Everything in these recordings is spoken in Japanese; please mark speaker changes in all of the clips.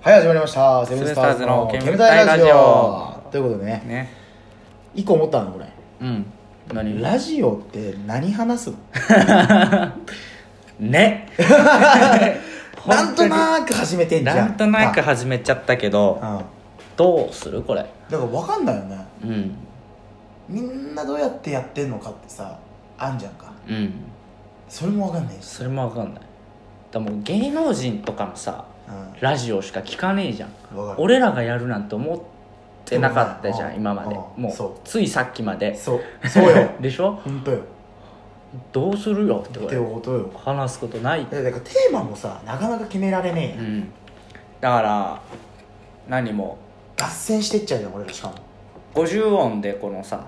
Speaker 1: はい始まりましたセブンスターズの
Speaker 2: セ
Speaker 1: ケ
Speaker 2: ブン
Speaker 1: ム
Speaker 2: スタ
Speaker 1: タ
Speaker 2: ー
Speaker 1: イラジ
Speaker 2: ズの煙たいラ
Speaker 1: オということでね
Speaker 2: ね
Speaker 1: 一個思ったのこれ
Speaker 2: うん何
Speaker 1: ラジオって何話すの
Speaker 2: ね
Speaker 1: な
Speaker 2: 本
Speaker 1: ん
Speaker 2: 当
Speaker 1: と
Speaker 2: に
Speaker 1: なく始めてんじゃん
Speaker 2: なんとなく
Speaker 1: あ
Speaker 2: 始めちゃったけ
Speaker 1: うん
Speaker 2: ど
Speaker 1: だか
Speaker 2: どうするこれ
Speaker 1: ら分かんないよね
Speaker 2: うん
Speaker 1: みんなどうやってやってんのかってさあんじゃんか
Speaker 2: うん
Speaker 1: それも分かんないし
Speaker 2: それもわかんないでもう芸能人とかもさ
Speaker 1: うん
Speaker 2: ラジオしか聞かねえじゃん
Speaker 1: わかる
Speaker 2: 俺らがやるなんて思ってなかったじゃ
Speaker 1: うんん
Speaker 2: 今まで
Speaker 1: うん
Speaker 2: も
Speaker 1: そう
Speaker 2: ついさっきまで
Speaker 1: そうそうよ
Speaker 2: でしょ
Speaker 1: 本当よ
Speaker 2: どうするよってこ
Speaker 1: って
Speaker 2: れ
Speaker 1: ことよ
Speaker 2: 話すことない
Speaker 1: だからテーマもさなかなか決められねえ
Speaker 2: う
Speaker 1: やん
Speaker 2: んだから何も
Speaker 1: 脱線してっちゃうじゃん俺らしかも
Speaker 2: 50音でこのさ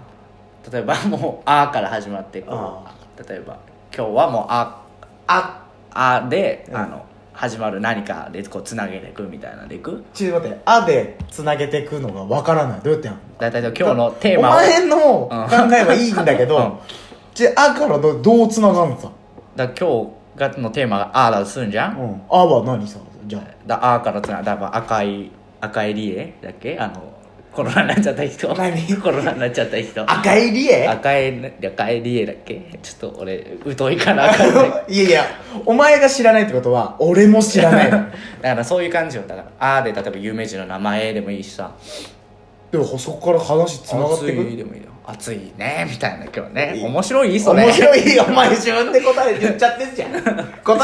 Speaker 2: 例えばもう「あ」から始まってこ
Speaker 1: あ
Speaker 2: う例えば今日はもう「あ」あ「あ」で、
Speaker 1: うん
Speaker 2: あの始まる何かでこうつなげていくみたいなんでいく
Speaker 1: ちょっと待って「あ」でつなげてくのが分からないどうやってやん
Speaker 2: 大体今日のテーマ
Speaker 1: お
Speaker 2: を
Speaker 1: 前の考えはいいんだけ
Speaker 2: う
Speaker 1: ど
Speaker 2: ん
Speaker 1: じゃあ「あ」からどどうつながんのさ「
Speaker 2: だ今日がのテーマが「あ」だとするんじゃ、
Speaker 1: うんん、あ」は何さじゃ
Speaker 2: だ「あ」からつなだから赤い赤い理恵だっけあのコロナになっちゃった人
Speaker 1: 何
Speaker 2: コロナになっちゃった人
Speaker 1: あ「赤い理恵」
Speaker 2: 赤い赤い理恵だっけちょっと俺疎いから分かんない
Speaker 1: いやいやお前が知らないってことは俺も知らない の
Speaker 2: だからそういう感じよだから「あ」で例えば有名人の名前でもいいしさ
Speaker 1: でもそこから話つながってく
Speaker 2: 暑いでもいいよ暑いねみたいな今日ね
Speaker 1: いい
Speaker 2: 面白いそれ
Speaker 1: 面白いお前自分で答え言っちゃってん じゃん答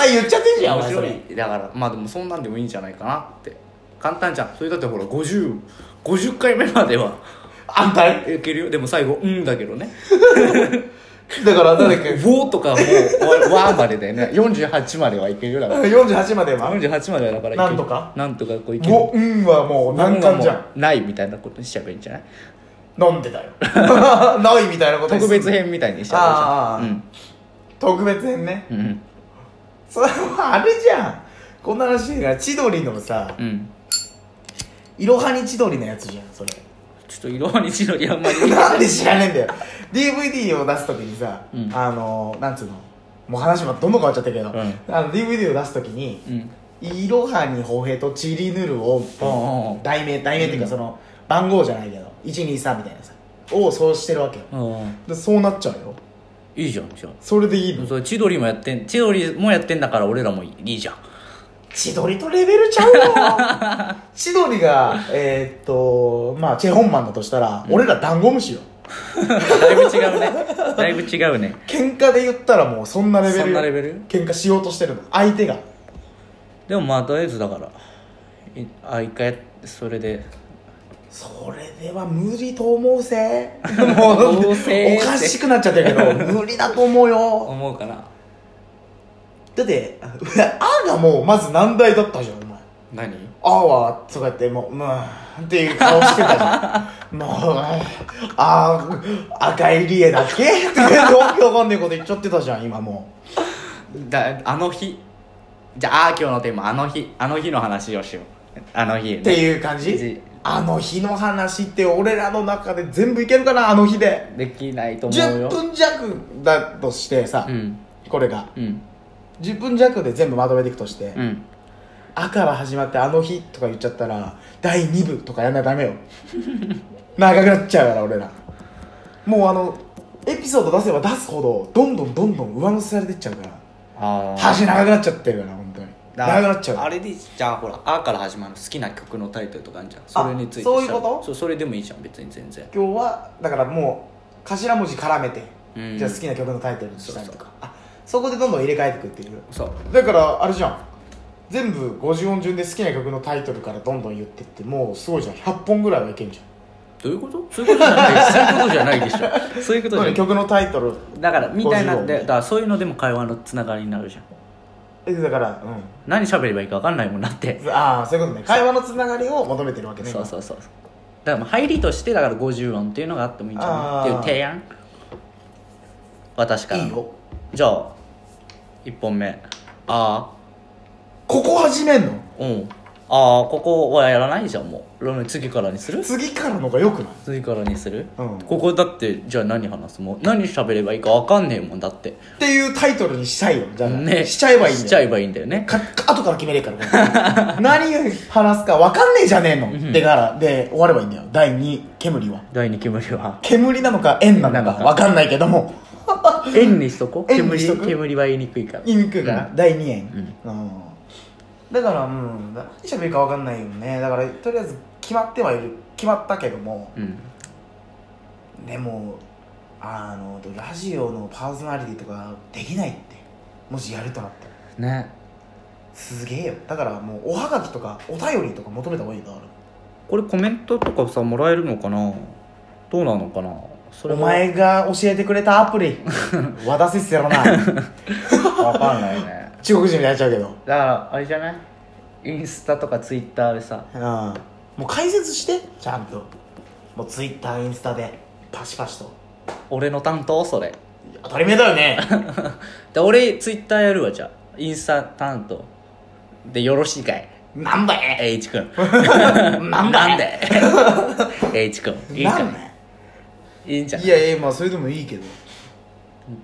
Speaker 1: え言っちゃってんじゃんお前
Speaker 2: 面
Speaker 1: そ
Speaker 2: 白
Speaker 1: れ
Speaker 2: いだからまあでもそんなんでもいいんじゃないかなって簡単じゃんそれだってほら5050回目までは
Speaker 1: あんただ
Speaker 2: いけるよでも最後「うん」だけどね
Speaker 1: からなんだっ
Speaker 2: 「
Speaker 1: け
Speaker 2: う」とかもう「わ」わまでだよね48まではいけるよだから
Speaker 1: 48までは
Speaker 2: 48まではだからいける
Speaker 1: なんとか
Speaker 2: なんとかこういける
Speaker 1: もう「うん」はもう難関じゃ
Speaker 2: うんはもうないみたいなことにしちゃえばいいんじゃない
Speaker 1: 飲んでたよ ないみたいなことにす
Speaker 2: 特別編みたいにしちゃえばいいじ
Speaker 1: 特別編ね
Speaker 2: ゃんうんうん
Speaker 1: それはあれじゃんこんな話が千鳥のさ
Speaker 2: うん
Speaker 1: いろはに千鳥のやつじゃんそれ
Speaker 2: ちょっと色にしろりあんまり見て
Speaker 1: なんで知らねえんだよ DVD を出す時にさ、
Speaker 2: うん
Speaker 1: あのなんつうのもう話もどんどん変わっちゃったけど、
Speaker 2: ん
Speaker 1: あの DVD を出す時に
Speaker 2: う
Speaker 1: 「
Speaker 2: ん
Speaker 1: いろはにほへとちりぬるを」
Speaker 2: うんうんうん
Speaker 1: 題名題名っていうか
Speaker 2: うん
Speaker 1: その番号じゃないけど123みたいなさをそうしてるわけよ
Speaker 2: うん
Speaker 1: でそうなっちゃうよ
Speaker 2: いいじゃんじゃあ
Speaker 1: それでいいの
Speaker 2: それ千鳥もやってん千鳥もやってんだから俺らもいいじゃん
Speaker 1: 千鳥とレベルちゃう よ千鳥がえーっとまあチェ・ホンマンだとしたら、俺らダンゴムシよ
Speaker 2: だいぶ違うね だいぶ違うね
Speaker 1: 喧嘩で言ったらもうそんなレベル
Speaker 2: そんなレベル
Speaker 1: 喧嘩しようとしてるの相手が
Speaker 2: でもまあとりあえずだからいあ一回それで
Speaker 1: それでは無理と思うぜ
Speaker 2: どうせ
Speaker 1: おかしくなっちゃってるけど無理だと思うよ
Speaker 2: 思うかな
Speaker 1: だって「あ」がもうまず難題だったじゃんお前
Speaker 2: 何
Speaker 1: あはとかってもう「まあ」っていう顔してたじゃんもう「ああ赤いリエだっけ?」ってわけわかんねえこと言っちゃってたじゃん今も
Speaker 2: だあの日じゃああー今日のテーマあの日あの日の話をしようあの日、
Speaker 1: うっていう感じ
Speaker 2: じ
Speaker 1: あの日の話って俺らの中で全部いけるかなあの日で
Speaker 2: できないと思う
Speaker 1: 10
Speaker 2: よ
Speaker 1: 分弱だとしてさ、
Speaker 2: うん
Speaker 1: これが
Speaker 2: うん
Speaker 1: 10分弱で全部まとめていくとして「
Speaker 2: うん
Speaker 1: あ」から始まって「あの日」とか言っちゃったら第2部とかやんなきゃダメよ 長くなっちゃうから俺らもうあのエピソード出せば出すほどどんどんどんどん上乗せされてっちゃうから
Speaker 2: あー
Speaker 1: 話長くなっちゃってるから本当に
Speaker 2: だ
Speaker 1: 長くなっちゃう
Speaker 2: あれでじゃあほら「あ」から始まる好きな曲のタイトルとかあるじゃん
Speaker 1: あ
Speaker 2: それについて
Speaker 1: そういう
Speaker 2: 調べ
Speaker 1: こと
Speaker 2: そうそれでもいいじゃん別に全然
Speaker 1: 今日はだからもう頭文字絡めて、
Speaker 2: うん
Speaker 1: じゃあ好きな曲のタイトルにしたりとか
Speaker 2: そう
Speaker 1: あそこでどんどん入れ替えていくっていう
Speaker 2: そう
Speaker 1: だからあれじゃん全部50音順で好きな曲のタイトルからどんどん言ってってもうすごいじゃん100本ぐらいはいけんじ
Speaker 2: どういうことそういうことじゃ ないそういうことじゃないでしょそういう
Speaker 1: ゃ
Speaker 2: こ
Speaker 1: ん
Speaker 2: とじゃ
Speaker 1: 何
Speaker 2: ない
Speaker 1: 曲のタイトル
Speaker 2: だからみたいなんで
Speaker 1: 50
Speaker 2: だからそういうのでも会話のつながりになるじゃん
Speaker 1: えだからう
Speaker 2: 何喋ればいいか分かんないもんなって
Speaker 1: んああそういうことね会話のつながりを求めてるわけね
Speaker 2: そうそうそうだからまあ入りとしてだから50音っていうのがあってもいいんじゃないっていう提案私から
Speaker 1: いいよ
Speaker 2: じゃあ1本目「あ」
Speaker 1: ここ始めんの
Speaker 2: うん「あ」ああここはやらないじゃんもう次からにする
Speaker 1: 次からのがよくない
Speaker 2: 次からにする、
Speaker 1: うん
Speaker 2: ここだってじゃあ何話すもう何喋ればいいか分かんねえもんだって
Speaker 1: っていうタイトルにしたいよじゃあ、
Speaker 2: ね
Speaker 1: しちゃえばいいん
Speaker 2: し
Speaker 1: だ
Speaker 2: ちゃ
Speaker 1: よ
Speaker 2: えばいいんだよね
Speaker 1: か後から決めれるから 何話すか分かんねえじゃねえの、
Speaker 2: ん
Speaker 1: でならで終わればいいんだよ第2煙は
Speaker 2: 第二煙 は
Speaker 1: 煙なのか縁なのか分かんないけども
Speaker 2: 円にしとこ
Speaker 1: 円にしとく
Speaker 2: 煙煙は言いにくいから
Speaker 1: 言いにくいから、第2円
Speaker 2: うん、
Speaker 1: うんだからうん何喋るか分かんないよねだからとりあえず決まってはいる決まったけども
Speaker 2: うん
Speaker 1: でもあのラジオのパーソナリティとかできないってもしやるとなったら
Speaker 2: ね
Speaker 1: すげえよだからもうおはがきとかお便りとか求めた方がいいな
Speaker 2: これコメントとかさもらえるのかなどうなのかな
Speaker 1: お
Speaker 2: それは
Speaker 1: 前が教えてくれたアプ リ渡せっせろな
Speaker 2: わかんないね
Speaker 1: 中国人みたいになっちゃうけど
Speaker 2: だからあれじゃないインスタとかツイッターでさ
Speaker 1: うんもう解説してちゃんともうツイッターインスタでパシパシと
Speaker 2: 俺の担当それ
Speaker 1: 当たり前だよね
Speaker 2: で俺ツイッターやるわじゃあインスタ担当でよろしいかい
Speaker 1: なんだい
Speaker 2: H 君
Speaker 1: なんだい
Speaker 2: な んで H 君いいか
Speaker 1: なん
Speaker 2: い
Speaker 1: だい
Speaker 2: いいんじゃん
Speaker 1: いやいやまあそれでもいいけど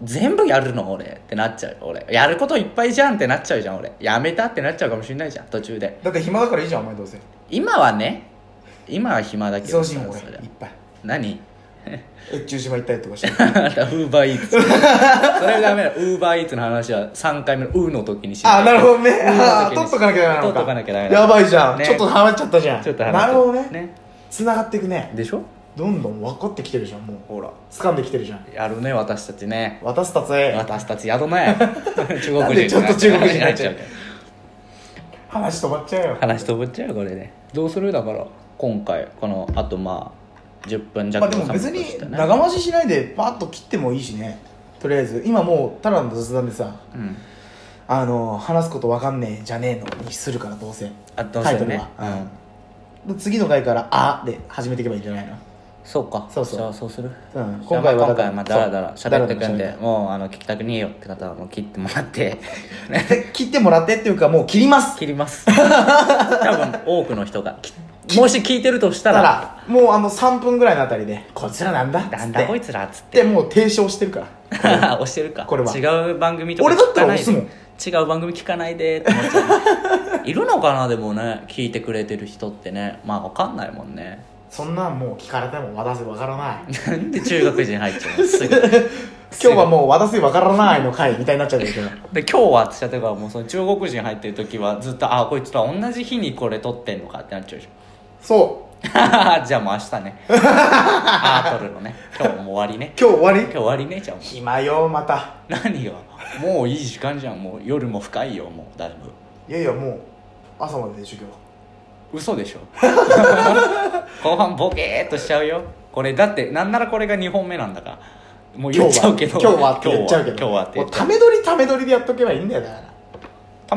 Speaker 2: 全部やるの俺ってなっちゃう俺やることいっぱいじゃんってなっちゃうじゃん俺やめたってなっちゃうかもしれないじゃん途中で
Speaker 1: だって暇だからいいじゃんお前どうせ
Speaker 2: 今はね今は暇だけど
Speaker 1: 忙しいもん俺
Speaker 2: そりゃ
Speaker 1: いっぱい
Speaker 2: 何
Speaker 1: 越中島行ったりとかして
Speaker 2: あなたウーバーイーツそれはダメだウーバーイーツの話は3回目の「う」の時にし
Speaker 1: あなるほどね
Speaker 2: うん
Speaker 1: あー取っとかなきゃダメなのか
Speaker 2: 取っとかなきゃダメなの
Speaker 1: やばいじゃん、
Speaker 2: ね
Speaker 1: ちょっとハマっちゃったじゃん
Speaker 2: ちょっと話
Speaker 1: なるほどね
Speaker 2: ね
Speaker 1: 繋がっていくね
Speaker 2: でしょ
Speaker 1: どんどん分かってきてるじゃんもう
Speaker 2: ほら
Speaker 1: 掴んできてるじゃん
Speaker 2: やるね私たちね
Speaker 1: 私たちへ
Speaker 2: 私たちやるね中
Speaker 1: なん
Speaker 2: 国
Speaker 1: で
Speaker 2: 人
Speaker 1: ちょっと中国人になっちゃう
Speaker 2: 話になっち
Speaker 1: 話止まっちゃうよ
Speaker 2: ゃう話飛ぶっちゃうよこれねどうするだから今回このあとまあ10分
Speaker 1: ま
Speaker 2: 弱
Speaker 1: あでも別
Speaker 2: 収めとし
Speaker 1: に
Speaker 2: てね
Speaker 1: 長回ししないでパッと切ってもいいしねとりあえず今もうただの雑談でさ
Speaker 2: うん
Speaker 1: あの話すこと分かんねえじゃねえのにするからどうせ
Speaker 2: あどう
Speaker 1: タイ
Speaker 2: せ
Speaker 1: トル
Speaker 2: ね
Speaker 1: は、うんで次の回から「あ」で始めていけばいいんじゃないの
Speaker 2: そうか
Speaker 1: そうそう
Speaker 2: じゃあそうする
Speaker 1: うん今回は
Speaker 2: 今
Speaker 1: だか
Speaker 2: 回
Speaker 1: ら
Speaker 2: はまあダラダラ喋ってく
Speaker 1: そ
Speaker 2: ん
Speaker 1: う
Speaker 2: でもうあの聞きたくねえよって方はもう切ってもらって ね
Speaker 1: で切ってもらってっていうかもう切ります
Speaker 2: 切ります多分多くの人がきもし聞いてるとした
Speaker 1: た
Speaker 2: ら
Speaker 1: らもうあの3分ぐらいのあたりで「こちらなんだ」っつ
Speaker 2: なん
Speaker 1: っ
Speaker 2: だこい
Speaker 1: て
Speaker 2: つらっつって
Speaker 1: でもう提唱してるから
Speaker 2: 押してるか
Speaker 1: これは
Speaker 2: 違う番組とか
Speaker 1: 俺だったら
Speaker 2: 聞かないで
Speaker 1: 押すもん
Speaker 2: 違う番組聞かないでって思っちゃういるのかなでもね聞いてくれてる人ってねまあわかんないもんね
Speaker 1: そんなんもう聞かれても渡せ分からない
Speaker 2: なんで中学人入っちゃうのすぐ
Speaker 1: 今日はもう渡せ分からないの回みたいになっちゃうけど
Speaker 2: で今日はって言ったからもうその中国人入ってる時はずっとあこいつら同じ日にこれ撮ってんのかってなっちゃうでしょ
Speaker 1: そう
Speaker 2: じゃあもう明日ねああ撮るのね今日もう終わりね
Speaker 1: 今日終わ
Speaker 2: 今
Speaker 1: り
Speaker 2: 日終わりねじゃあもう
Speaker 1: 暇よまた
Speaker 2: 何よもういい時間じゃんもう夜も深いよもうだいぶ
Speaker 1: いやいやもう朝までで授業
Speaker 2: 嘘でしょ後半ボケーっとしちゃうよこれだってなんならこれが2本目なんだからもう言っちゃうけど
Speaker 1: 今日は今日はって言っちゃうけど
Speaker 2: 今日はって言
Speaker 1: も
Speaker 2: っ
Speaker 1: う
Speaker 2: ちゃ
Speaker 1: た
Speaker 2: う
Speaker 1: め撮りため撮りでやっとけばいいんだよだから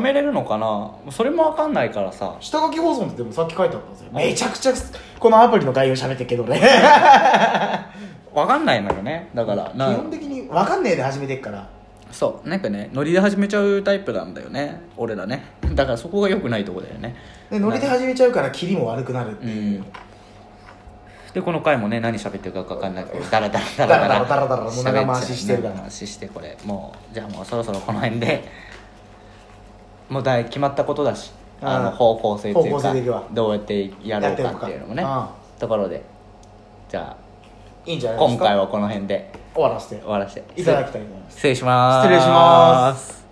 Speaker 2: 貯めれるのかなそれも分かんないからさ
Speaker 1: 下書き放送ってでもさっき書いてあったんですよめちゃくちゃこのアプリの概要喋ってるけどね
Speaker 2: 分かんないのよねだから
Speaker 1: 基
Speaker 2: な
Speaker 1: 本的に分かんねえで始めてっから
Speaker 2: そうなんかねノリで始めちゃうタイプなんだよね俺らねだからそこが良くないとこだよね
Speaker 1: でノリで始めちゃうからキリも悪くなるって
Speaker 2: う
Speaker 1: いうん
Speaker 2: でこの回もね何喋ってるか分かんないけどダラダラダ
Speaker 1: ダラ
Speaker 2: ラ
Speaker 1: ダラダラダラもう長回ししてるから
Speaker 2: 長回ししてこれもうじゃあもうそろそろこの辺でもうだい決まったことだしあ
Speaker 1: う
Speaker 2: の
Speaker 1: ん
Speaker 2: 方向性と
Speaker 1: 方
Speaker 2: いう
Speaker 1: 向性
Speaker 2: か
Speaker 1: でいくわ
Speaker 2: どうやってやろうかっていうのも
Speaker 1: やって
Speaker 2: ね
Speaker 1: いこ
Speaker 2: ところでじゃ
Speaker 1: いいんじゃ
Speaker 2: あ
Speaker 1: ないです
Speaker 2: 今
Speaker 1: か
Speaker 2: 回はこの辺で
Speaker 1: 終わらせて
Speaker 2: 終わらせて
Speaker 1: いただきたいと思います
Speaker 2: 失礼します
Speaker 1: 失礼します